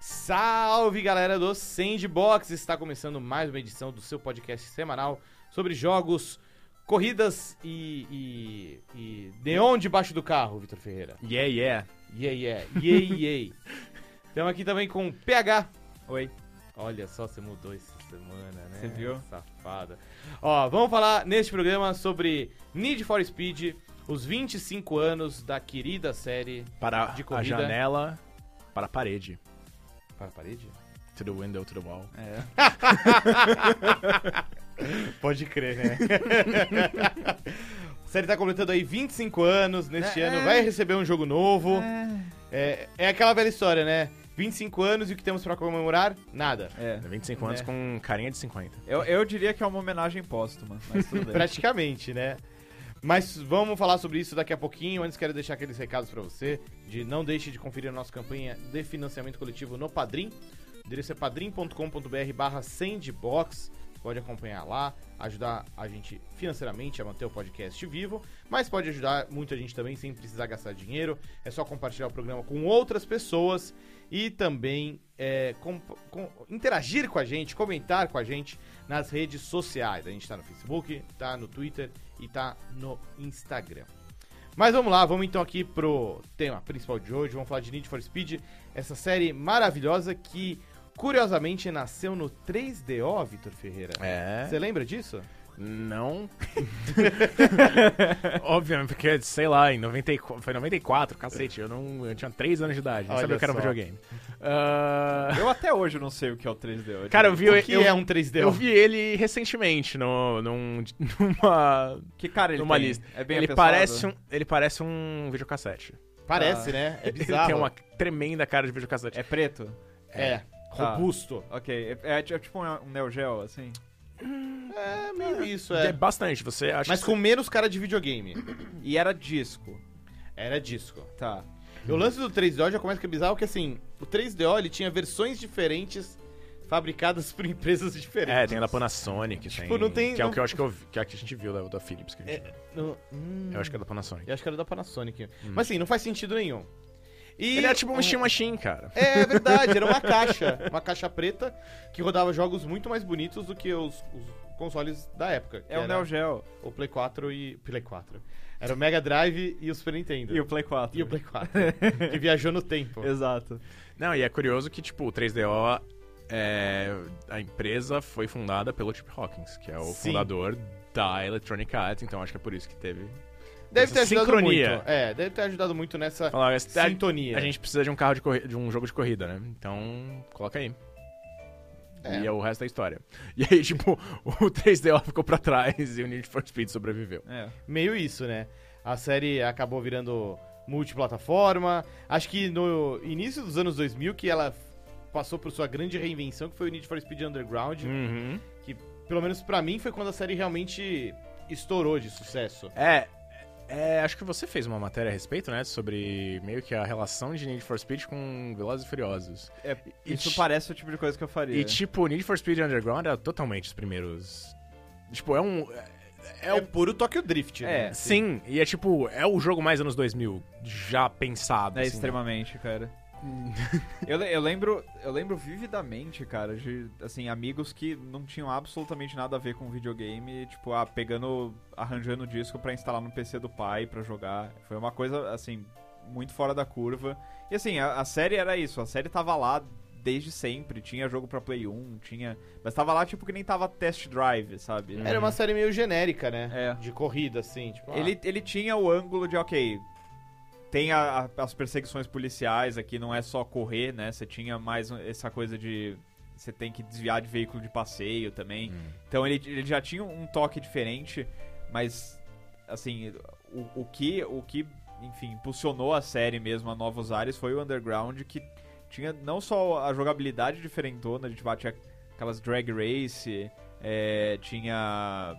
Salve galera do Sandbox! Está começando mais uma edição do seu podcast semanal sobre jogos, corridas e. e, e neon debaixo do carro, Vitor Ferreira. é, Yeah, yeah. Yeah, yeah, yeah, yeah. Estamos aqui também com o PH. Oi. Olha só, você mudou essa semana, né? Você viu? Safada. Ó, vamos falar neste programa sobre Need for Speed, os 25 anos da querida série. Para De a corrida. janela, para a parede. Para a parede? To the window, to the wall. É. Pode crer, né? A série tá completando aí 25 anos neste É. ano, vai receber um jogo novo. É, é aquela velha história, né? 25 anos e o que temos pra comemorar? Nada. É. 25 anos É. com carinha de 50. Eu, eu diria que é uma homenagem póstuma, mas tudo bem. Praticamente, né? Mas vamos falar sobre isso daqui a pouquinho. Antes quero deixar aqueles recados pra você de não deixe de conferir a nossa campanha de financiamento coletivo no Padrim. O endereço é padrim.com.br barra sandbox. Pode acompanhar lá, ajudar a gente financeiramente a manter o podcast vivo, mas pode ajudar muita gente também sem precisar gastar dinheiro. É só compartilhar o programa com outras pessoas e também é, com- com- interagir com a gente, comentar com a gente nas redes sociais. A gente tá no Facebook, tá no Twitter e tá no Instagram. Mas vamos lá, vamos então aqui pro tema principal de hoje. Vamos falar de Need for Speed, essa série maravilhosa que curiosamente nasceu no 3DO, Vitor Ferreira. É. Você lembra disso? Não. Obviamente, porque, sei lá, em 94, foi 94, cacete, eu, não, eu tinha 3 anos de idade, não Olha sabia o que era um só. videogame. Ah, Eu até hoje não sei o que é o 3D. hoje. cara, eu vi, o eu, que é um 3DO? eu vi ele recentemente no, num, numa, que cara ele numa tem? lista. É bem ele, apessoado? parece um, ele parece um videocassete. Parece, né? É Ele bizarro. tem uma tremenda cara de videocassete. É preto? É, Tá. robusto. Ok. É, é- é tipo um, um Neo Geo, assim? É meio isso, É é. bastante, você acha. Mas que- com menos cara de videogame. E era disco. Era disco. Tá. E O lance do 3DO já começa que é bizarro, que assim, o 3DO ele tinha versões diferentes fabricadas por empresas diferentes. É, tem a da Panasonic, Tipo, tem, não tem- que é não- É, o que eu acho que, eu vi- que é a que a gente viu da, da Philips. Que a gente viu. No- hum, Eu acho que é da Panasonic. eu acho que era da Panasonic. Mas assim, não faz sentido nenhum. E Hum. Ele era tipo um Steam Machine, cara. É verdade, era uma caixa. Uma caixa preta que rodava jogos muito mais bonitos do que os, os consoles da época. que É o era Neo Geo o Play 4 e. Play 4. Era o Mega Drive e o Super Nintendo. e o Play 4. E o Play 4. que viajou no tempo. Exato. Não, e é curioso que, tipo, o 3DO, é, a empresa foi fundada pelo Chip Hawkins, que é o Sim. fundador da Electronic Arts, então acho que é por isso que teve. Deve Essa ter ajudado sincronia. muito. É, deve ter ajudado muito nessa Falar, "Esse- a, sintonia. a gente precisa de um carro de, corri- de um jogo de corrida, né? Então, coloca aí. É. E é o resto da história. E aí, tipo, o 3DO ficou pra trás e o Need for Speed sobreviveu. É. Meio isso, né? A série acabou virando multiplataforma. Acho que no início dos anos 2000 que ela passou por sua grande reinvenção, que foi o Need for Speed Underground. Uhum. Pelo menos pra mim foi quando a série realmente estourou de sucesso. É, é, acho que você fez uma matéria a respeito, né? Sobre meio que a relação de Need for Speed com Velozes e Furiosos. É, E isso ti- parece o tipo de coisa que eu faria. E tipo, Need for Speed Underground era totalmente os primeiros. Tipo, é um. É, é um- puro Tokyo Drift, né? É. é, Sim, e é tipo, é o jogo mais anos 2000 já pensado. É assim, extremamente, cara. eu, le- eu lembro, eu lembro vividamente, cara, de assim, amigos que não tinham absolutamente nada a ver com videogame, tipo, ah, pegando, arranjando disco pra instalar no PC do pai pra jogar. Foi uma coisa assim muito fora da curva. E assim, a, a série era isso, a série tava lá desde sempre, tinha jogo pra Play 1, tinha, mas tava lá tipo que nem tava Test Drive, sabe? Era uma série meio genérica, né? É. De corrida, assim. Tipo, ah, Ele, ele tinha o ângulo de, ok, tem a- a- as perseguições policiais aqui, não é só correr, né? Você tinha mais um- essa coisa de. Você tem que desviar de veículo de passeio também. Então ele, ele já tinha um toque diferente, mas, assim, o, o que. O que enfim, impulsionou a série mesmo a novos ares foi o Underground, que tinha não só a jogabilidade diferentona, a gente batia aquelas drag race, é, tinha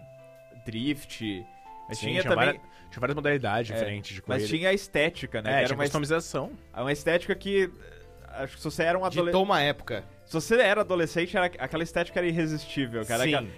drift, mas Sim, tinha, tinha também... várias- Tinha várias modalidades É, diferentes de corrida. Mas tinha a estética, né? É, que era tinha uma, est- customização. uma estética que. eh, Acho que se você era um adolescente. ah, ditou uma época. Se você era adolescente, era... aquela estética era irresistível, cara. Sim. Aquela,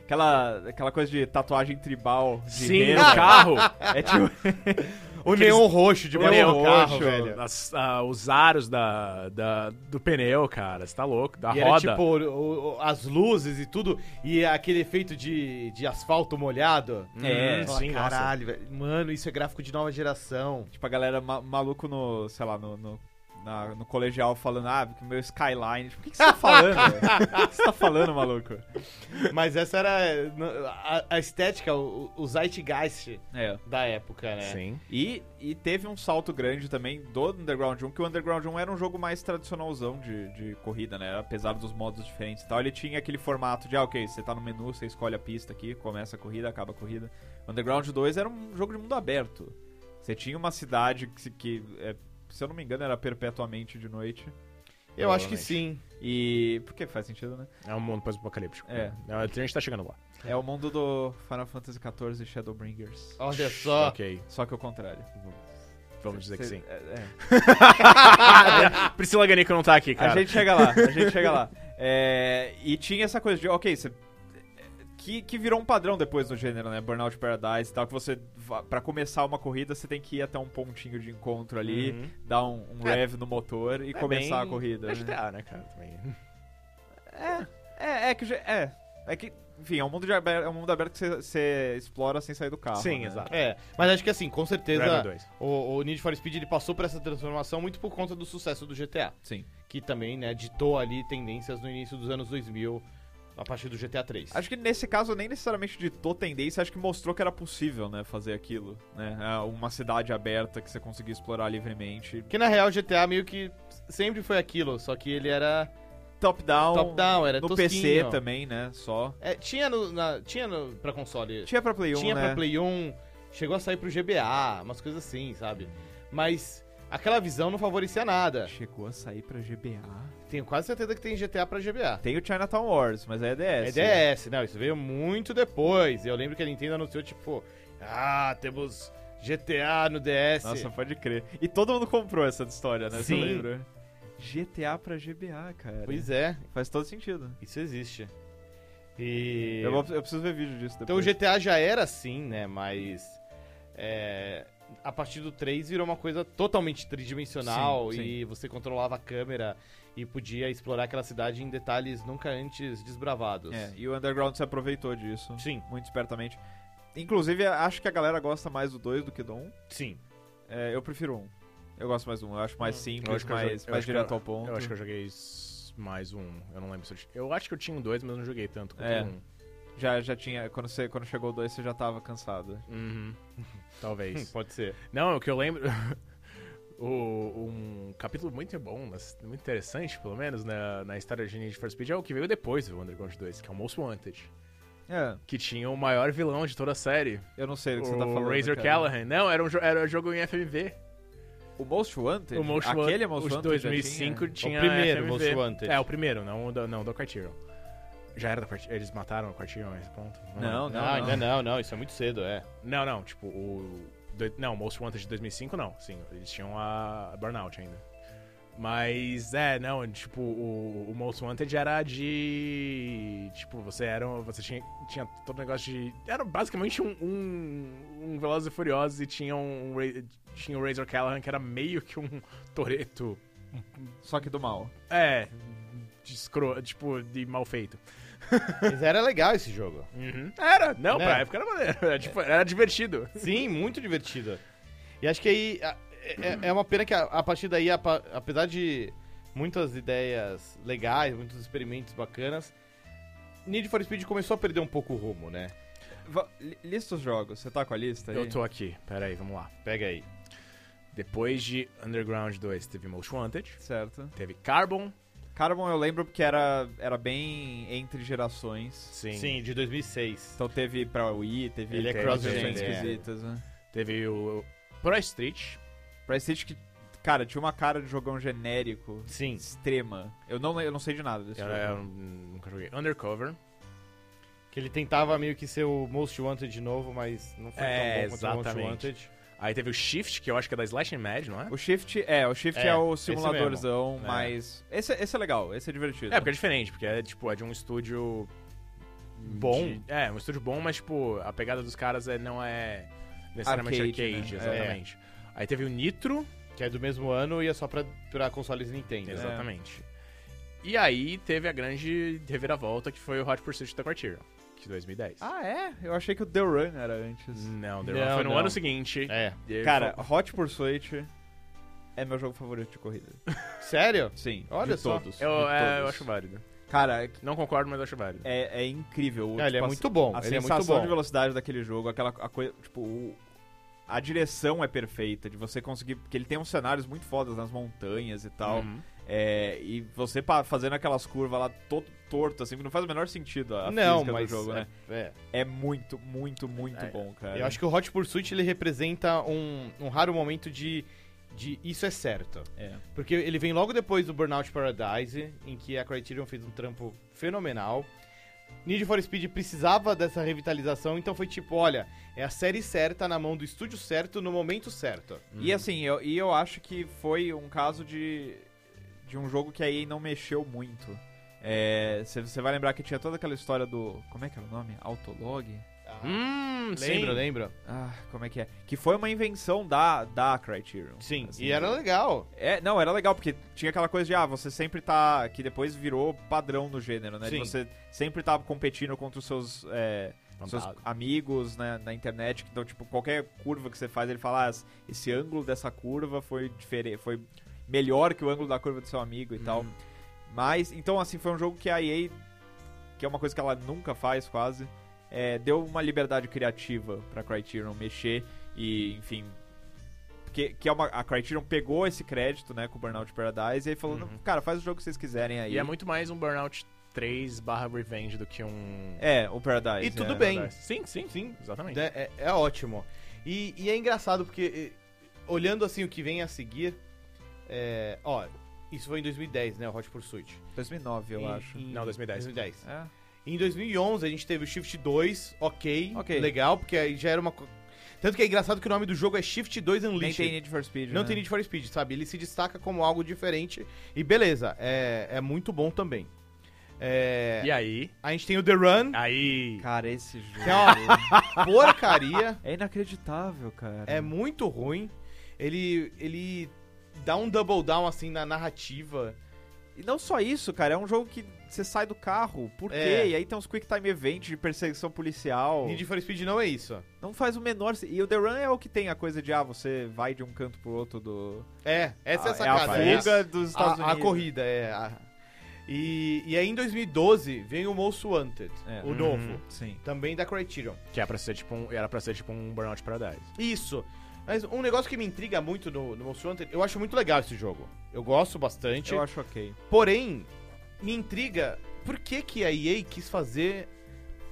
aquela, aquela coisa de tatuagem tribal de Sim, Ah! rena. no carro. É tipo. O neon roxo É, de Neon neon carro, roxo, velho. as- ah, os aros da, da- do pneu, cara, você tá louco, da e era roda. tipo o- o- as luzes e tudo, e aquele efeito de, de asfalto molhado. É, Você fala, sim, nossa. caralho, velho. Mano, isso é gráfico de nova geração. Tipo, a galera ma- maluco no, sei lá, no, no, na- no colegial falando, ah, porque meu Skyline. Tipo, o que, que você tá falando? velho? o que que você tá falando, maluco? Mas essa era no- a, a estética, o, o zeitgeist É. da época, né? Sim. E, e teve um salto grande também do Underground 1, que o Underground 1 era um jogo mais tradicionalzão de, de corrida, né? Apesar dos modos diferentes e tal, ele tinha aquele formato de, ah, ok, você tá no menu, você escolhe a pista aqui, começa a corrida, acaba a corrida. Underground 2 era um jogo de mundo aberto. Você tinha uma cidade que, se- que, é, se eu não me engano, era perpetuamente de noite. Eu acho que sim. E. Porque faz sentido, né? É um mundo pós-apocalíptico. É. Não, A gente tá chegando lá. É o mundo do Final Fantasy XIV e Shadowbringers. Olha só. Ok, Só que o contrário. vamos dizer que Cê- sim. é- é. Priscila Ganico não tá aqui, cara. A gente chega lá, a gente chega lá. É, e tinha essa coisa de, ok, você. Que, que virou um padrão depois no gênero, né? Burnout Paradise e tal, que você, va- pra começar uma corrida, você tem que ir até um pontinho de encontro ali, Uhum. dar um, um É. rev no motor e É começar bem- a corrida. É né? GTA, né, cara? Também. É, é que. já- É, é que. Enfim, é um mundo, de aberto, é um mundo aberto que você, você explora sem sair do carro. Sim, né? exato. É, mas acho que assim, com Driver certeza 2. o, o Need for Speed ele passou por essa transformação muito por conta do sucesso do GTA, Sim. que também, né, ditou ali tendências no início dos anos 2000, a partir do GTA 3. Acho que nesse caso nem necessariamente ditou tendência, acho que mostrou que era possível, né, fazer aquilo, né? Ah, Uma cidade aberta que você conseguia explorar livremente. Que na real o GTA meio que sempre foi aquilo, só que ele era Top down. top down, era no tosquinho. PC também, né, só. É, tinha no, na, tinha no, pra console. Tinha pra Play 1, tinha né? pra Play 1, chegou a sair pro GBA, umas coisas assim, sabe? Mas aquela visão não favorecia nada. Chegou a sair pra GBA. Tenho quase certeza que tem GTA pra GBA. Tem o Chinatown Wars, mas é DS. É DS, não, isso veio muito depois. Eu lembro que a Nintendo anunciou, tipo, ah, temos GTA no DS. Nossa, pode crer. E todo mundo comprou essa história, né? Você Sim. lembra? GTA pra GBA, cara. pois é, Faz todo sentido. isso existe. E... Eu, vou- eu preciso ver vídeo disso É. Então o depois. GTA já era assim, né, mas é, a partir do 3 virou uma coisa totalmente tridimensional Sim, sim. e você controlava a câmera e podia explorar aquela cidade em detalhes nunca antes desbravados. É, e o Underground se aproveitou disso. Sim, muito espertamente. Inclusive, acho que a galera gosta mais do 2 do que do 1. Um. sim. É, eu prefiro um. Eu gosto mais do 1. Um. Eu acho mais Eu simples, acho que eu mais, joguei- eu mais acho que direto eu- ao ponto. Eu acho que eu joguei s- mais um. Eu não lembro se eu tinha. Eu acho que eu tinha um dois, mas eu não joguei tanto quanto É. um. Já, já tinha. Quando, você, quando chegou o 2, você já tava cansado. Uhum. Talvez. Pode ser. não, o que eu lembro. o- um capítulo muito bom, mas muito interessante, pelo menos, na, na história de Need for Speed é o que veio depois do Underground 2, que é o Most Wanted. É, Que tinha o maior vilão de toda a série. eu não sei do que você o tá falando. Razor cara. Callahan. Não, era um, jo- era um jogo em FMV. O Most Wanted? O Most Wanted- Aquele Most os Wanted. 2005 já tinha? O tinha primeiro, FMV. Most Wanted. É, o primeiro, não o do, não, o do Criterion. Já era do Criterion. Eles mataram o Criterion a esse ponto? Não, Não, não, ainda não. não, não, isso é muito cedo, é. Não, não, tipo, o. do- Não, Most Wanted de 2005 não, sim, eles tinham a Burnout ainda. Mas, é, não, tipo, o, o Most Wanted era de. Tipo, você era. um- Você tinha, tinha todo negócio de. Era basicamente um. Um, um Velozes e Furiosos e tinha um. Ra- Tinha o Razor Callahan que era meio que um Toreto. Só que do mal. É. De escro... Tipo, de mal feito. Mas era legal esse jogo. Uhum. Era, não, Né? pra época era maneiro. Era, tipo, era divertido. Sim, muito divertida. E acho que aí. a- É, é uma pena que a, a partir daí, a pa- apesar de muitas ideias legais, muitos experimentos bacanas, Need for Speed começou a perder um pouco o rumo, né? Va- li- Lista os jogos. Você tá com a lista aí? Eu tô aqui, peraí, vamos lá. Pega aí. Depois de Underground 2, teve Most Wanted, Certo. teve Carbon, Carbon eu lembro porque era, era bem entre gerações. sim, de 2006. Então teve pra Wii, teve Ele é teve cross-gen, versões é. esquisitas, né? teve o Pro Street, Pra City que, cara, tinha uma cara de jogão genérico. Sim. Extrema. Eu não, eu não sei de nada desse eu, jogo. eu hum, nunca joguei, Undercover, Que ele tentava meio que ser o Most Wanted de novo, mas não foi É, tão bom quanto o Most exatamente. Wanted. aí teve o Shift, que eu acho que é da Slash and Mad, não é? O Shift, é, o Shift é, É, o esse simuladorzão, mesmo. É. mas... Esse, esse é legal, esse é divertido. É, porque é diferente, porque é, tipo, é de um estúdio... Bom. de- é, um estúdio bom, mas, tipo, a pegada dos caras é, não é necessariamente Arcade, arcade, né? exatamente. Aí teve o Nitro, Que é do mesmo ano e é só pra, pra consoles É. Nintendo. né? exatamente. E aí teve a grande reviravolta que foi o Hot Pursuit da Quartier, que 2010. Ah, é? Eu achei que o The Run era antes. Hum. Não, The Não, Run foi no não. ano seguinte. É. E aí Cara, Hot Pursuit é meu jogo favorito de corrida. Sério? Sim. Olha de só. Todos, Eu, de é, eu todos. acho válido. Cara, Não concordo, mas eu acho válido. é, é incrível. Não, ele é Tipo, a- muito bom. A ele é sensação muito bom. de velocidade daquele jogo, aquela a coisa, tipo, o- a direção é perfeita, de você conseguir, porque ele tem uns cenários muito fodas nas montanhas e tal. Uhum. É, e você pa- fazendo aquelas curvas lá todo torto assim, que não faz o menor sentido a Não, física mas do jogo, é, né? é. É muito, muito, muito É, bom, cara. Eu acho que o Hot Pursuit ele representa um, um raro momento de, de isso é certo. É. Porque ele vem logo depois do Burnout Paradise, em que a Criterion fez um trampo fenomenal. Need for Speed precisava dessa revitalização, então foi tipo, olha, é a série certa na mão do estúdio certo no momento certo. E assim, eu, e eu acho que foi um caso de, de um jogo que a EA não mexeu muito. Você vai lembrar que tinha toda aquela história do. Como é que era o nome? Autolog? Hum, lembra, sim. lembra? Ah, como é que é? Que foi uma invenção da, da Criterion. Sim, Assim, e era legal. É, não, era legal, porque tinha aquela coisa de, ah, você sempre tá. Que depois virou padrão no gênero, né? De Sim. Você sempre tá competindo contra os seus, é, seus amigos né, na internet. Então, tipo, qualquer curva que você faz, ele fala, ah, esse ângulo dessa curva foi diferente. Foi melhor que o ângulo da curva do seu amigo e tal. Mas, então, assim, foi um jogo que a EA, que é uma coisa que ela nunca faz quase, é, deu uma liberdade criativa pra Criterion mexer e, enfim. Que, que é uma, a Criterion pegou esse crédito, né, com o Burnout Paradise e aí falou: "Não, cara, faz o jogo que vocês quiserem aí. E é muito mais um Burnout 3 barra Revenge do que um... É, o Paradise. E é. tudo bem. Sim, sim, sim. Exatamente. Né? É, é ótimo. E, e é engraçado porque, eh, olhando assim o que vem a seguir, é, ó, isso foi em 2010, né, o Hot Pursuit. é, 2009, eu Em- acho. em- Não, 2010. 2010. É. Em 2011 a gente teve o Shift 2, ok, Ok. legal, porque aí já era uma... co- Tanto que é engraçado que o nome do jogo é Shift 2 Nem Unleashed. tem Need for Speed. Não né? tem Need for Speed, sabe? Ele se destaca como algo diferente e beleza, é, é muito bom também. É, E aí? A gente tem o The Run, Aí... Cara, esse jogo. que é uma porcaria. É inacreditável, cara. É muito ruim. Ele, ele dá um double down assim na narrativa. E não só isso, cara. É um jogo que você sai do carro. Por É. quê? E aí tem uns quick time event de perseguição policial. Need for Speed não é isso. Não faz o menor. se- E o The Run é o que tem a coisa de, ah, você vai de um canto pro outro do. É, essa é a é a sacada. é fuga dos a, Estados a Unidos. corrida, é. a- E, e aí em 2012 vem o Most Wanted, É. o Uhum. novo, Sim. também da Criterion. Que era pra ser tipo um, era pra ser tipo um Burnout Paradise. Isso. Mas um negócio que me intriga muito no, no Most Wanted, eu acho muito legal esse jogo. Eu gosto bastante. Eu acho ok. Porém, me intriga por que, que a EA quis fazer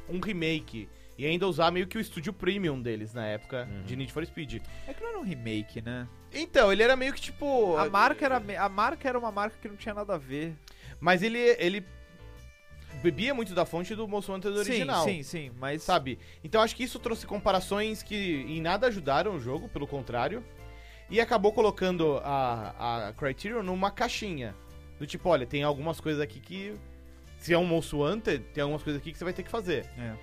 um remake e ainda usar meio que o estúdio premium deles na época de Need for Speed. É que não era um remake, né? Então, ele era meio que tipo. A marca, era, me- a marca era uma marca que não tinha nada a ver. Mas ele, ele bebia muito da fonte do Most Wanted original. Sim, sim, sim. Mas. Sabe? Então acho que isso trouxe comparações que em nada ajudaram o jogo, pelo contrário. E acabou colocando a, a Criterion numa caixinha. Do tipo, olha, tem algumas coisas aqui que. Se é um Most Wanted, tem algumas coisas aqui que você vai ter que fazer. É.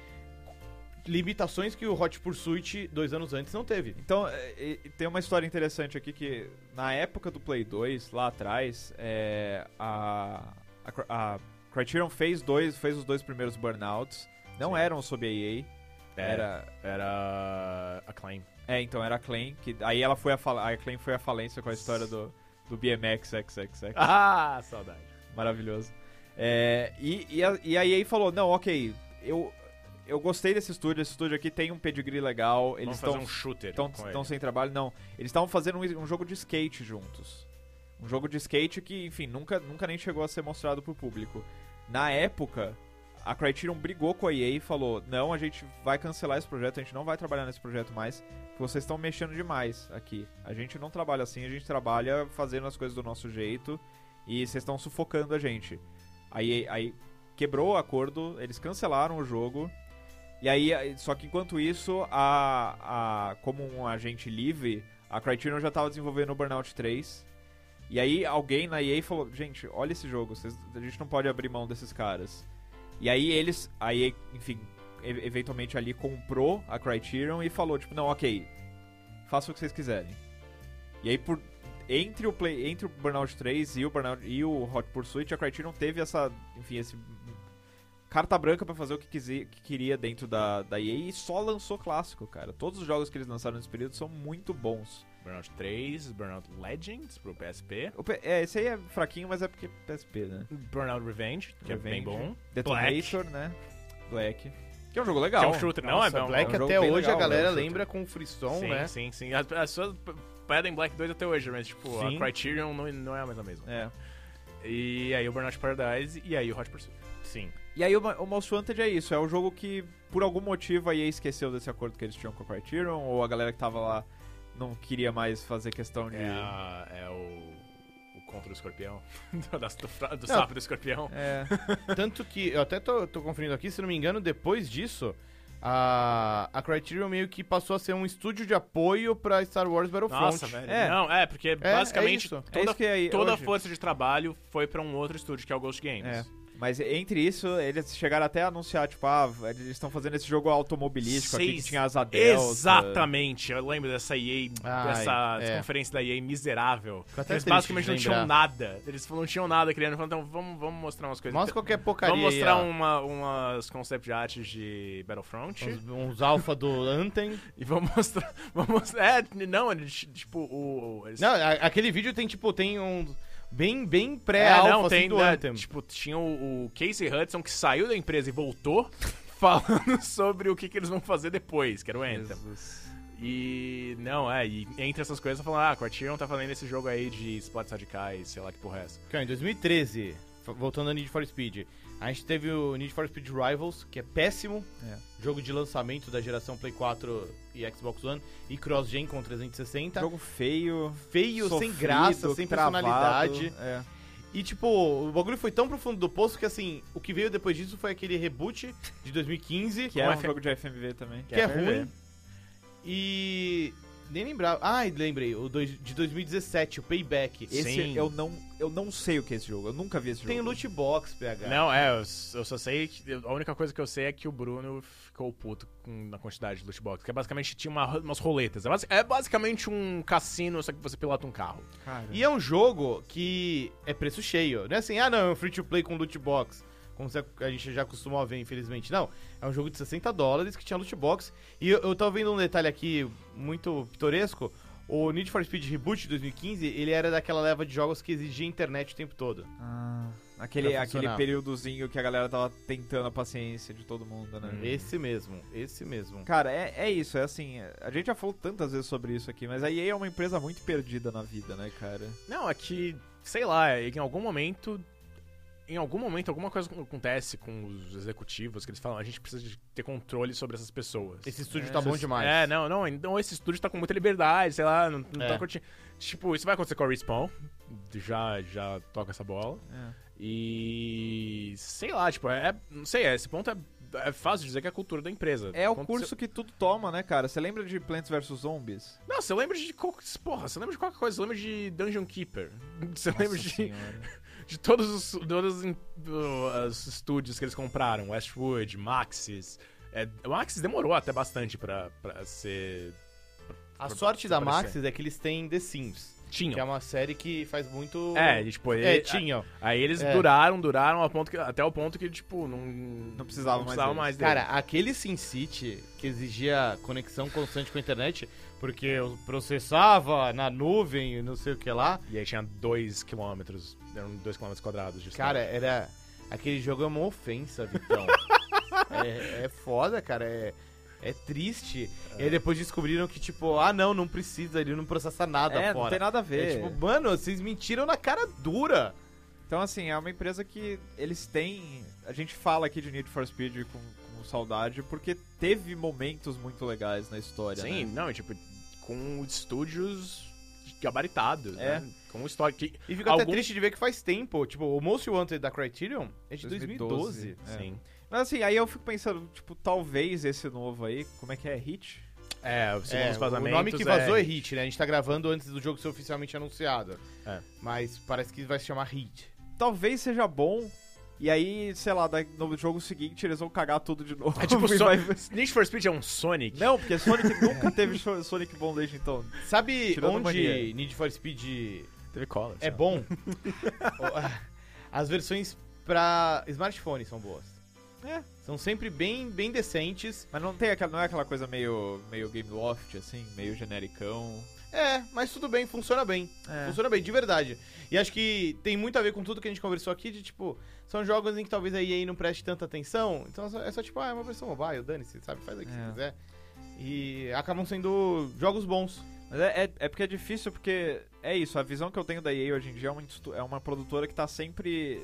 Limitações que o Hot Pursuit dois anos antes não teve. Então, é, e- e tem uma história interessante aqui que na época do Play 2, lá atrás, é, a, a Cri- a Criterion fez, dois, fez os dois primeiros burnouts. Não Sim. É. eram sob a EA. Era. Era. Acclaim. É, então era a Claim, que aí ela foi a, fala- a Claim foi a falência com a história do, do BMX XXX. Ah, saudade. Maravilhoso. É, e, e, a, e a EA falou: não, ok, eu, eu gostei desse estúdio, esse estúdio aqui tem um pedigree legal, Vamos eles fazer estão um shooter. com estão ele. sem trabalho, não. Eles estavam fazendo um, um jogo de skate juntos. Um jogo de skate que, enfim, nunca, nunca nem chegou a ser mostrado pro público. Na época, a Criterion brigou com a EA e falou: Não, a gente vai cancelar esse projeto, a gente não vai trabalhar nesse projeto mais, porque vocês estão mexendo demais aqui. A gente não trabalha assim, a gente trabalha fazendo as coisas do nosso jeito e vocês estão sufocando a gente. Aí, aí quebrou o acordo, eles cancelaram o jogo. E aí, aí- só que enquanto isso, a, a como um agente livre, a Criterion já tava desenvolvendo o Burnout 3. E aí alguém na EA falou: "Gente, olha esse jogo, vocês- a gente não pode abrir mão desses caras". E aí eles, a EA, enfim, e- eventualmente ali comprou a Criterion e falou tipo: "Não, OK. Faça o que vocês quiserem". E aí, por, entre, o play, entre o Burnout 3 e o, Burnout, e o Hot Pursuit, a Criterion teve essa, enfim, esse carta branca pra fazer o que, quisi- que queria dentro da, da EA e só lançou clássico, cara. Todos os jogos que eles lançaram nesse período são muito bons. Burnout 3, Burnout Legends pro PSP, O P- é, esse aí é fraquinho, mas é porque PSP, né? Burnout Revenge, que é bem Revenge, bom. Detonator, né? Black. Que é um jogo legal. Que é um shooter, não é Nossa, bom. Black é um jogo até bem hoje legal, a galera né, o lembra com o Frisson, sim, né? sim, sim. As, as pessoas p- pedem Black 2 até hoje, mas tipo, Sim. a Criterion não, não é mais a mesma. É. E aí o Burnout Paradise e aí o Hot Pursuit. Sim. E aí o, Ma- o Most Wanted é isso, é o jogo que por algum motivo a EA esqueceu desse acordo que eles tinham com a Criterion, ou a galera que tava lá não queria mais fazer questão de... É, a- é o, o contra do escorpião. do das- do fra- do Não. sapo do escorpião. É, Tanto que, eu até tô, tô conferindo aqui, se não me engano, depois disso, a, a Criterion meio que passou a ser um estúdio de apoio pra Star Wars Battlefront. Nossa, velho. É. Não, é, porque basicamente isso. É é toda, isso que é toda a hoje. força de trabalho foi pra um outro estúdio, que é o Ghost Games. É. Mas entre isso, eles chegaram até a anunciar, tipo, ah, eles estão fazendo esse jogo automobilístico aqui que Seis- tinha asa delta. Exatamente, eu lembro dessa EA, Ai, dessa é. conferência da EA miserável. Fico até Eles triste basicamente de não tinham lembrar. nada. Eles não tinham nada criando, falaram, então vamos, vamos mostra umas coisas. Mostra qualquer porcaria vamos mostrar um aí, ó. uma, umas concept arts de Battlefront. Uns, uns alfa do Anthem. E vamos mostrar. Vamos mostrar. É, não, eles, tipo, o. o- Eles, Não, a- aquele vídeo tem, tipo, tem um... Bem, bem é, pré-alfa, não, assim, tem. do né, Anthem. tipo, tinha o, o Casey Hudson que saiu da empresa e voltou falando sobre o que, que eles vão fazer depois, que era o Anthem. E. Não, é, e entre essas coisas falando, ah, a Criterion tá fazendo esse jogo aí de spots radicais, sei lá que porra é essa. Cara, em 2013, f- voltando a Need for Speed, a gente teve o Need for Speed Rivals, que é péssimo. É. Jogo de lançamento da geração Play 4 e Xbox One e cross-gen com 360. Jogo feio, Tá. feio, sem sofrido, graça, sem travado, personalidade. É. E tipo, o bagulho foi tão pro fundo do poço que assim, o que veio depois disso foi aquele reboot de 2015, Que é com um F- jogo de FMV também. que é FMV. ruim. E nem lembrava. Ah, lembrei, o dois- de 2017, o Payback. é Esse Sim. eu não, eu não sei o que é esse jogo, eu nunca vi esse Tem jogo. loot box, PH. Não, é, eu, s- eu só sei. Que, a única coisa que eu sei é que o Bruno ficou puto com, na quantidade de loot box. Que é basicamente tinha uma ro- umas roletas. É, basi- é basicamente um cassino, só que você pilota um carro. Cara. E é um jogo que é preço cheio. Não é assim, ah não, é um free to play com loot box. Como se a- a gente já costumou ver, infelizmente. Não, é um jogo de 60 dólares que tinha loot box. E eu, eu tava vendo um detalhe aqui muito pitoresco. O Need for Speed Reboot de 2015, ele era daquela leva de jogos que exigia internet o tempo todo. Ah, aquele, Pra aquele funcionar. períodozinho que a galera tava tentando a paciência de todo mundo, né? Esse mesmo, esse mesmo. Cara, é, é isso, é assim, a gente já falou tantas vezes sobre isso aqui, mas a EA é uma empresa muito perdida na vida, né, cara? Não, é que, sei lá, é que em algum momento. Em algum momento, alguma coisa acontece com os executivos que eles falam, a gente precisa de ter controle sobre essas pessoas. Esse estúdio É, tá bom essas- demais. É, não, não, então esse estúdio tá com muita liberdade, sei lá, não, É. não tá curtindo. Tipo, isso vai acontecer com a Respawn, já, já toca essa bola. E sei lá, tipo, é, não sei, é, esse ponto é, é fácil dizer que é a cultura da empresa. É o Quando curso você- que tudo toma, né, cara? Você lembra de Plants vs Zombies? Não, você lembra de qualquer, porra, você lembra de qualquer coisa, você lembra de Dungeon Keeper. Você lembra de, de todos os todos os, em- uh, os estúdios que eles compraram, Westwood, Maxis. É, o Maxis demorou até bastante pra, pra ser A sorte da Aparecer. Maxis é que eles têm The Sims, que é tinham. uma série que faz muito... É, e, tipo, é ele- tinha. aí eles É. duraram, duraram ao ponto que- até o ponto que, tipo, não, Não precisava mais deles. mais dele. Cara, aquele SimCity que exigia conexão constante com a internet, porque eu processava na nuvem e não sei o que lá. E aí tinha 2 quilômetros, eram 2 quilômetros quadrados de Cara, era. Aquele jogo é uma ofensa, Vitão. é, é foda, cara. É, é triste. E É. aí depois descobriram que, tipo, ah, não, não precisa, ele não processa nada É, não tem fora. nada a É, ver. tipo, mano, vocês mentiram na cara dura. Então, assim, é uma empresa que eles têm. A gente fala aqui de Need for Speed com, com saudade, porque teve momentos muito legais na história. Sim, né? não, e, tipo, com estúdios gabaritados, É. né? Com história que... E fica até Algum- triste de ver que faz tempo. Tipo, o Most Wanted da Criterion é de 2012. 2012. É. Sim. Mas assim, aí eu fico pensando, tipo, talvez esse novo aí, como é que é? Hit? É, segundo É, os vazamentos... O nome que vazou é, hit. Hit, né? A gente tá gravando antes do jogo ser oficialmente anunciado. É. Mas parece que vai se chamar Hit. Talvez seja bom, E aí, sei lá, da- no jogo seguinte eles vão cagar tudo de novo. É tipo, e so vai- Need for Speed é um Sonic. Não, porque Sonic nunca teve so- Sonic bom desde então. Sabe Tirando onde mania. Need for Speed Teve cola. sei é lá. bom? As versões pra smartphone são boas. É. São sempre bem, bem decentes. Mas não, tem aquela, não é aquela coisa meio, meio Game Loft, assim, meio genericão. É, mas tudo bem, funciona bem. Funciona bem, de verdade. E acho que tem muito a ver com tudo que a gente conversou aqui, de tipo, são jogos em que talvez a EA não preste tanta atenção. Então é só, é só tipo, ah, é uma versão mobile, dane-se, sabe? Faz o que É. você quiser. E acabam sendo jogos bons. Mas é, é, é porque é difícil, porque é isso, a visão que eu tenho da EA hoje em dia é uma, instu- é uma produtora que tá sempre.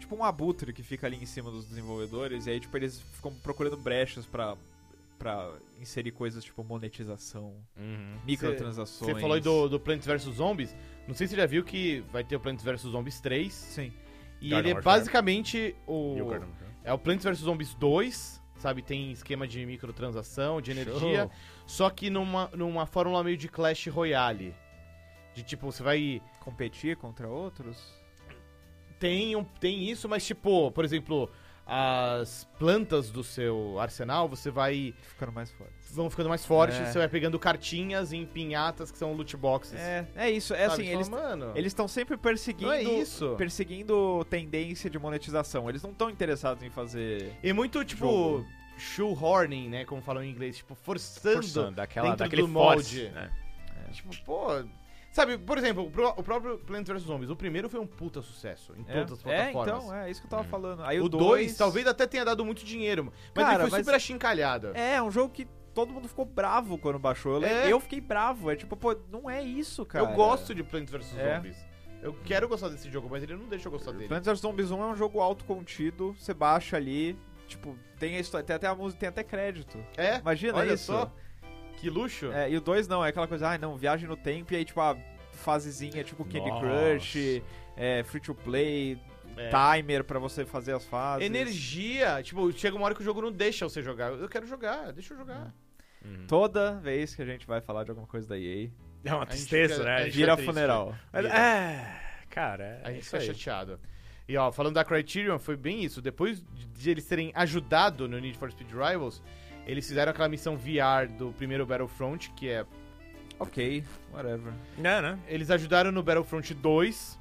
Tipo um abutre que fica ali em cima dos desenvolvedores, e aí tipo, eles ficam procurando brechas pra, pra inserir coisas tipo monetização, Uhum. microtransações. Você falou aí do, do Plants vs Zombies. Não sei se você já viu que vai ter o Plants vs Zombies 3. Sim. E ele Garden é Warfare. basicamente E o o. Garden Warfare. É o Plants vs Zombies 2, sabe? Tem esquema de microtransação, de energia. Show. Só que numa, numa fórmula meio de Clash Royale. De tipo, você vai. Competir contra outros? Tem, um, tem isso, mas tipo, por exemplo, as plantas do seu arsenal, você vai. Ficando mais forte. vão ficando mais fortes, É. você vai pegando cartinhas em pinhatas que são loot boxes. É, é isso, é Sabe? assim, Você eles. fala, Mano, Eles estão sempre perseguindo, não é isso. perseguindo tendência de monetização. Eles não estão interessados em fazer E muito, tipo, Jogo. shoehorning, né? Como falam em inglês, tipo, forçando. Forçando, daquela, dentro daquele do force, molde. né? Tipo, pô. Sabe, por exemplo, o, pró- o próprio Plants vs Zombies, o primeiro foi um puta sucesso em todas as é, plataformas. então, é isso que eu tava falando. Aí O o 2 2, talvez até tenha dado muito dinheiro, mas Cara, ele foi mas- super achincalhado. É, é um jogo que todo mundo ficou bravo quando baixou. Eu, lem- É. eu fiquei bravo. É tipo, pô, não é isso, cara. eu gosto de Plants vs É. Zombies. Eu quero gostar desse jogo, mas ele não deixa eu gostar dele. Plants vs Zombies 1 é um jogo autocontido, você baixa ali, tipo, tem a história, tem até a música, tem até crédito. É? Imagina Olha isso. só. Que Tipo. luxo. É, e o 2 não, é aquela coisa, ah, não, viagem no tempo e aí, tipo, a fasezinha, tipo Candy Nossa. Crush, é, free to play, É. timer pra você fazer as fases. Energia. Tipo, chega uma hora que o jogo não deixa você jogar. Eu quero jogar, deixa eu jogar. Toda vez que a gente vai falar de alguma coisa da EA, É A uma gente tristeza, fica- a né? gente vira triste, funeral. Mas, vira. é, cara, é A gente isso fica aí. chateado. E ó, falando da Criterion, foi bem isso. Depois de- de eles terem ajudado no Need for Speed Rivals, eles fizeram aquela missão VR do primeiro Battlefront, que é. Ok, whatever. Não, né? Eles ajudaram no Battlefront 2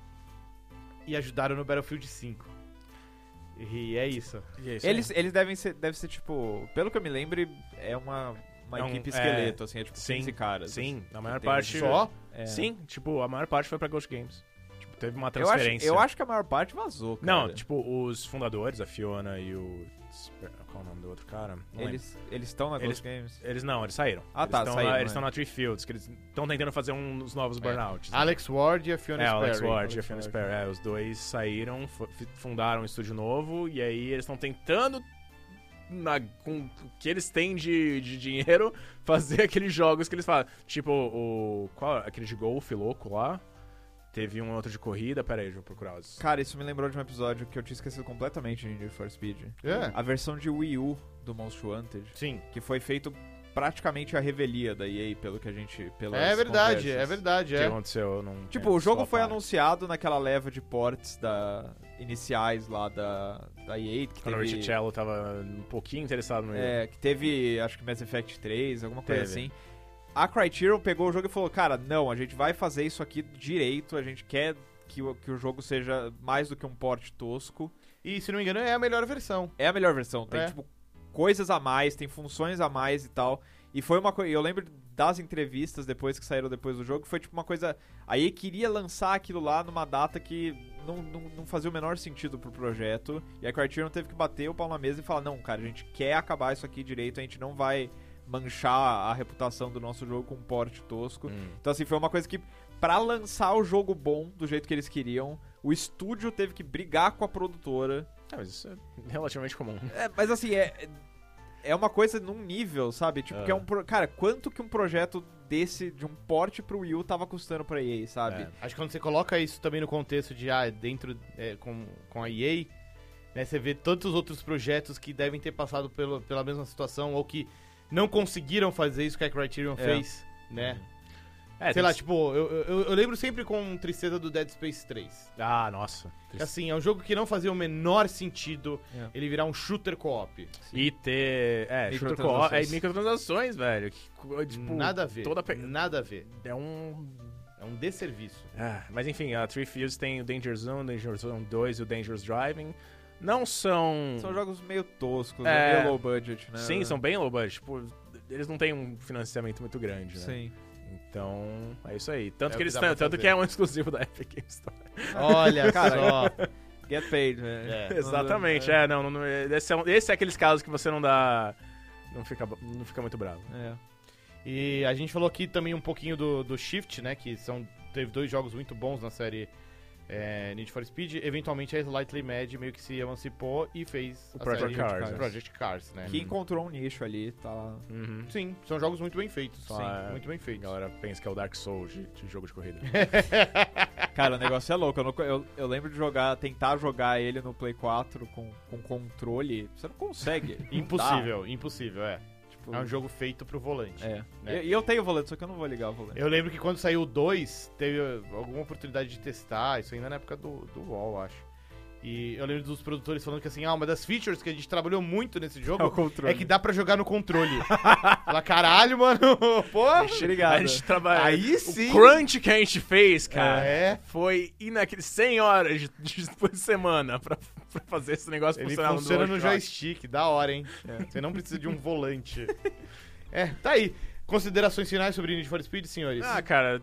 e ajudaram no Battlefield 5. E é isso. E é isso aí. Eles, eles devem ser, deve ser, tipo, pelo que eu me lembre, é uma, uma É um- equipe é, esqueleto, assim, é tipo sim, 15 caras. Sim, na maior tem parte. Só. É. Sim, tipo, a maior parte foi pra Ghost Games. Tipo, teve uma Eu acho, transferência. eu acho que a maior parte vazou, cara. Não, tipo, os fundadores, a Fiona e o. Qual é o nome do outro cara? Não lembro. eles eles estão na Ghost Games. Eles não, eles saíram. Ah, eles tá, tão saíram, na, né? É. Ah, Eles estão na Three Fields, que eles estão tentando fazer um, uns novos burnouts. né? Alex Ward e a Fiona É, Sperry. Alex Ward e a Alex Fiona Ward. Sperry. É, os dois saíram, fu- fi- fundaram um estúdio novo, e aí eles estão tentando, na- com o que eles têm de, de dinheiro, fazer aqueles jogos que eles fazem. Tipo, o. Qual? Aquele de golfe louco lá. Teve um outro de corrida. Pera aí, deixa eu procurar os. Cara, isso me lembrou de um episódio que eu tinha esquecido completamente de Need for Speed. É. A versão de Wii U do Most Wanted, Sim. que foi feito praticamente a revelia da EA, pelo que a gente... Pelas É verdade, conversas. é verdade, O que é. aconteceu? Eu não Tipo, tenho o jogo só foi a- anunciado naquela leva de ports da iniciais lá da, da EA, que Quando o teve, Richello tava um pouquinho interessado no. é, que teve, acho que Mass Effect 3, alguma coisa Teve. assim. A Criterion pegou o jogo e falou, cara, não, a gente vai fazer isso aqui direito, a gente quer que o, que o jogo seja mais do que um port tosco. E se não me engano, é a melhor versão. É a melhor versão, tem, É. tipo, coisas a mais, tem funções a mais e tal. E foi uma coisa, eu lembro das entrevistas depois que saíram depois do jogo, foi tipo uma coisa... Aí queria lançar aquilo lá numa data que não, não, não fazia o menor sentido pro projeto. E a Criterion teve que bater o pau na mesa e falar: não, cara, a gente quer acabar isso aqui direito, a gente não vai manchar a reputação do nosso jogo com um porte tosco. Hum. Então, assim, foi uma coisa que, pra lançar o jogo bom do jeito que eles queriam, o estúdio teve que brigar com a produtora. Ah, mas isso é relativamente comum. É, mas assim, é. É uma coisa num nível, sabe? Tipo, Ah. que é um. pro- Cara, quanto que um projeto desse, de um porte pro Wii U, tava custando pra EA, sabe? É. Acho que quando você coloca isso também no contexto de, ah, dentro é, com, com a EA, né, você vê tantos outros projetos que devem ter passado pelo, pela mesma situação ou que não conseguiram fazer isso que a Criterion É. fez, né? É, Sei tem lá, que- tipo, eu, eu, eu lembro sempre com tristeza do Dead Space 3. Ah, nossa. Que, assim, é um jogo que não fazia o menor sentido É. ele virar um shooter co-op. E ter. É, shooter co-op. É Microtransações. microtransações, velho. Que co- tipo, nada a ver. Toda pe- Nada a ver. É um. É um desserviço. Ah, mas enfim, a Three Fields tem o Danger Zone, o Danger Zone 2 e o Dangerous Driving. Não são. São jogos meio toscos, Uhum. É. né? meio low budget, né? Sim, são bem low budget. Tipo, eles não têm um financiamento muito grande, né? Sim. Então, é isso aí. É Tanto o que eles que dá pra tão- tanto fazer. que é um exclusivo da Epic Games Store. Olha Cara, só. Get paid, né? velho. É, Não- Exatamente, é, não, não- esse, é um- esse é aqueles casos que você não dá. Não fica, não fica muito bravo. É. E a gente falou aqui também um pouquinho do, do Shift, né? Que são, teve dois jogos muito bons na série é, Need for Speed. Eventualmente a Slightly Mad meio que se emancipou e fez O a Project série Cars. Project Cars, né? Que encontrou um nicho ali, tá. Uhum. Sim, são jogos muito bem feitos. Só sim, é- muito bem A feitos. galera pensa que é o Dark Souls de, de jogo de corrida. Cara, o negócio é louco. Eu, não co- eu- eu lembro de jogar, tentar jogar ele no Play 4 com, com controle. Você não consegue. não dá. Impossível, Tá. impossível, é. Tipo, É um jogo feito pro volante. É. né? E, e eu tenho o volante, só que eu não vou ligar o volante. Eu lembro que quando saiu É o 2, teve eh, alguma oportunidade de testar, isso ainda na época do, do UOL, acho. E eu lembro dos produtores falando que assim, ah, uma das features que a gente trabalhou muito nesse É o jogo controle. é que dá pra jogar no controle. Fala, caralho, mano, pô. É, Obrigado. A gente trabalha. Aí o sim. crunch que a gente fez, cara, É, foi inaquele 100 horas de, de por semana pra, pra fazer esse negócio ele funcionar um É. funciona no DualShock. joystick, da hora, hein? Você não precisa de um volante. É, tá aí. Considerações finais sobre Need for Speed, senhores? Ah, cara.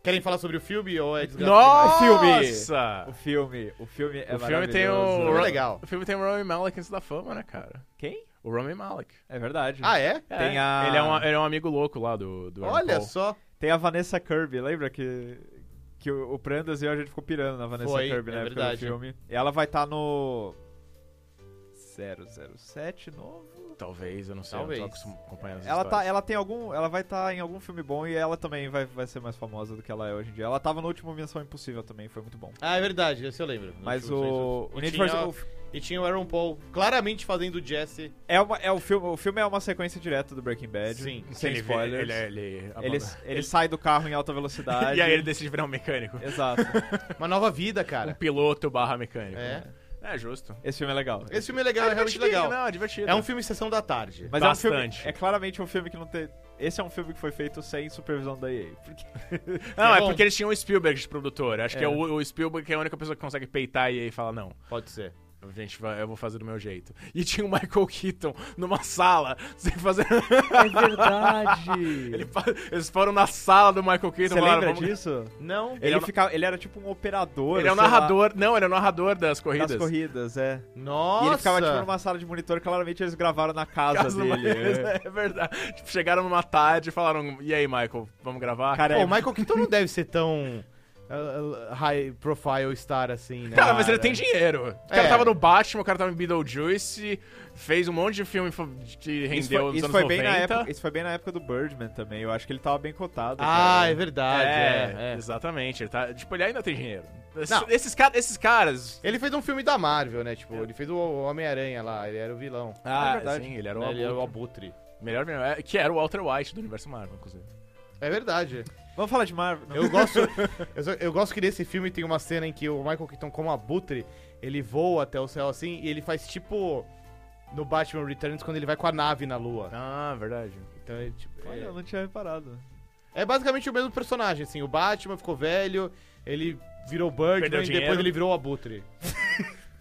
Querem falar sobre o filme ou é desgraça Nossa! O filme. O filme é O filme tem o- demais? O maravilhoso. filme é Ro- legal. O filme tem o Rami Malek antes da fama, né, cara? Quem? O Rami Malek. É verdade. Ah, é? Tem a- ele, é um, ele é um amigo louco lá do. do Aaron Olha Paul. só. Tem a Vanessa Kirby, lembra que, que o, o Prandas e eu a gente ficou pirando na Vanessa Foi, Kirby é na época verdade. do filme. E ela vai estar no. 007 novo? Talvez, eu não sei. Talvez. Eu não tô acostum- acompanhando essas Ela, tá, histórias. ela tem algum. Ela vai estar em algum filme bom e ela também vai, vai ser mais famosa do que ela é hoje em dia. Ela tava no último Missão Impossível também, foi muito bom. Ah, é verdade, esse eu lembro. Mas Deixa eu ver o. se eu- o E Need for tinha, Speed. e tinha o Aaron Paul claramente fazendo o Jesse. É, uma, é o filme. O filme é uma sequência direta do Breaking Bad. Sim. Sem ele, é spoilers. Ele, ele, ele, Ele, é ele sai do carro em alta velocidade. E aí ele decide virar um mecânico. É. Exato. Uma nova vida, Um cara. piloto barra mecânico. É. É justo. Esse filme é legal. Esse filme é legal, é, realmente divertido, legal. Não, é divertido. É um filme sessão da tarde. Mas é um Bastante. filme. É claramente um filme que não tem. Esse é um filme que foi feito sem supervisão da EA. Porque Não, É é, bom. porque eles tinham o Spielberg de produtor. Acho que é É. o, o Spielberg que é a única pessoa que consegue peitar e aí fala, não, Pode ser. a gente vai, eu vou fazer do meu jeito. E tinha o Michael Keaton numa sala, sem fazer... é verdade. Ele fa- eles foram na sala do Michael Keaton. Você falaram, lembra "Vamos-" disso? Não. Ele, é um- ficava, ele era tipo um operador. Ele é o sei lá, narrador... Não, ele é o narrador das corridas. das corridas, é. Nossa. E ele ficava tipo numa sala de monitor, claramente eles gravaram na casa, Casa do dele. Michael- é. É verdade. Tipo, chegaram numa tarde e falaram: E aí, Michael, vamos gravar? Cara, Pô, o Michael Keaton não deve ser tão uh, uh, high profile star assim, é- né? Cara, mas ele tem dinheiro. O cara É. tava no Batman, o cara tava em Beetlejuice, fez um monte de filme fo- que rendeu Isso foi, nos isso anos foi bem na 90. época, isso foi bem na época do Birdman também. Eu acho que ele tava bem cotado. Ah, cara. é verdade. É, é, é. exatamente. Ele tá, tipo, ele ainda tem dinheiro. Esse- Não. Esses, ca- esses caras. Ele fez um filme da Marvel, né? Tipo, ele fez o Homem-Aranha lá, ele era o vilão. Ah, verdade. sim, ele era o, Né, ele era o Abutre. Abutre. Melhor mesmo. é, Que era o Walter White do universo Marvel, inclusive. É verdade. Vamos falar de Marvel. Eu gosto, eu, só- eu gosto que nesse filme tem uma cena em que o Michael Keaton, como abutre, ele voa até o céu assim e ele faz tipo no Batman Returns quando ele vai com a nave na lua. Ah, verdade. Então, ele, tipo, Olha, eu é, não tinha reparado. é basicamente o mesmo personagem, assim. O Batman ficou velho, ele virou Perdeu Birdman e depois dinheiro. ele virou o abutre.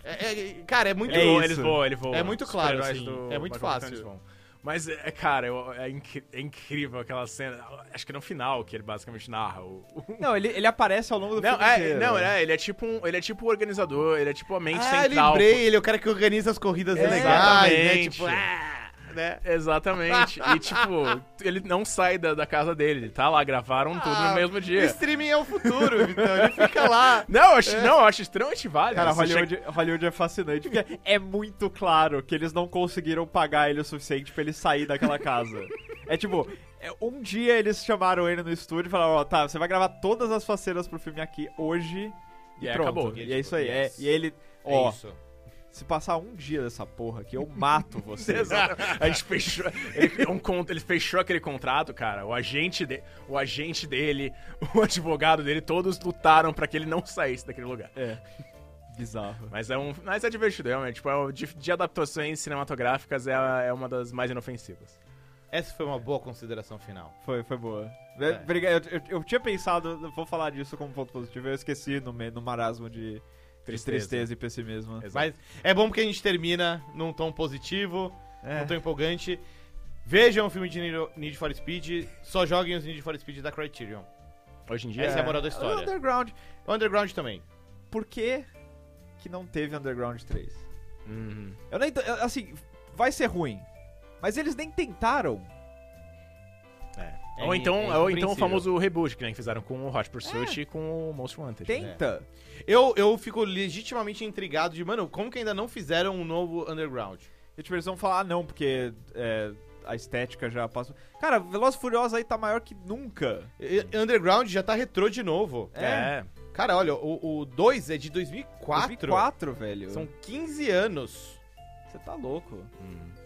É- é- cara, é muito. Ele, voa, isso. ele voa, ele voa. É muito Os claro, super-heróis assim, do é muito Michael Keaton, fácil. eles voam. Mas, é, cara, eu- é, incri- é incrível aquela cena. Acho que no final, que ele basicamente narra o, o- Não, ele, ele aparece ao longo do Não, filme é, inteiro. não é, ele é tipo um, ele é tipo o organizador, ele é tipo a mente Ah, central. lembrei, ele é o cara que organiza as corridas É, ilegais, né? exatamente. É Tipo, ah, né? Exatamente. E tipo, ele não sai da, da casa dele, ele tá lá, gravaram tudo Ah, no mesmo O dia. streaming é o futuro, então ele fica lá. Não, eu acho, é. não, eu acho extremamente válido. Cara, Você chega- Hollywood, Hollywood é fascinante, porque é muito claro que eles não conseguiram pagar ele o suficiente pra ele sair daquela casa. é tipo, é, um dia eles chamaram ele no estúdio e falaram, ó, tá, você vai gravar todas as suas cenas pro filme aqui hoje e, E aí pronto. acabou. E é isso aí. Yes. É, e aí ele, É ó, isso. Se passar um dia dessa porra aqui, eu mato vocês. A gente fechou. Ele, criou um con- ele fechou aquele contrato, cara. O agente, de, o agente dele, o advogado dele, todos lutaram pra que ele não saísse daquele lugar. é. Bizarro. Mas é um. Mas é divertido, realmente. Tipo, é um- de, de adaptações cinematográficas é, a- é uma das mais inofensivas. Essa foi uma boa consideração final. Foi, foi boa. É, obrigado. Eu, eu- eu tinha pensado, vou falar disso como ponto positivo, eu esqueci no, me- no marasmo de de tristeza, Tristeza. e pessimismo. Exato. Mas é bom porque a gente termina num tom positivo, É. num tom empolgante. Vejam o filme de Need- Need for Speed, só joguem os Need for Speed da Criterion. Hoje em dia. Essa é a moral da O história. Underground, Underground também. por que que não teve Underground 3? Uhum. Eu nem, eu- assim, vai ser ruim, mas eles nem tentaram. É ou in- então, é ou então o incompreensível. famoso reboot que nem fizeram com o Hot Pursuit e com o Most Wanted. É. Tenta. Eu, eu fico legitimamente intrigado de, mano, como que ainda não fizeram um novo Underground? E tipo, eles vão falar, ah, não, porque é, a estética já passou. Cara, Veloz e Furioso aí tá maior que nunca. E- Underground já tá retrô de novo. Hum. É. Cara, olha, o 2 é de 2004. 2004, velho. São 15 anos. Você tá louco. Uhum.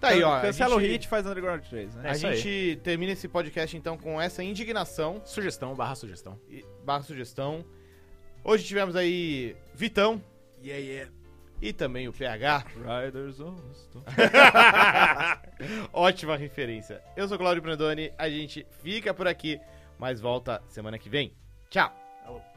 Tá aí, ó. a Cancela gente- o hit e faz Underground 3, né? É A isso aí. gente termina esse podcast então com essa indignação Sugestão barra sugestão. e- barra sugestão. Hoje tivemos aí Vitão Yeah, yeah. e também o PH. Riders on Ótima referência. Eu sou Claudio Brandoni, a gente fica por aqui, mas volta semana que vem. Tchau! Alô.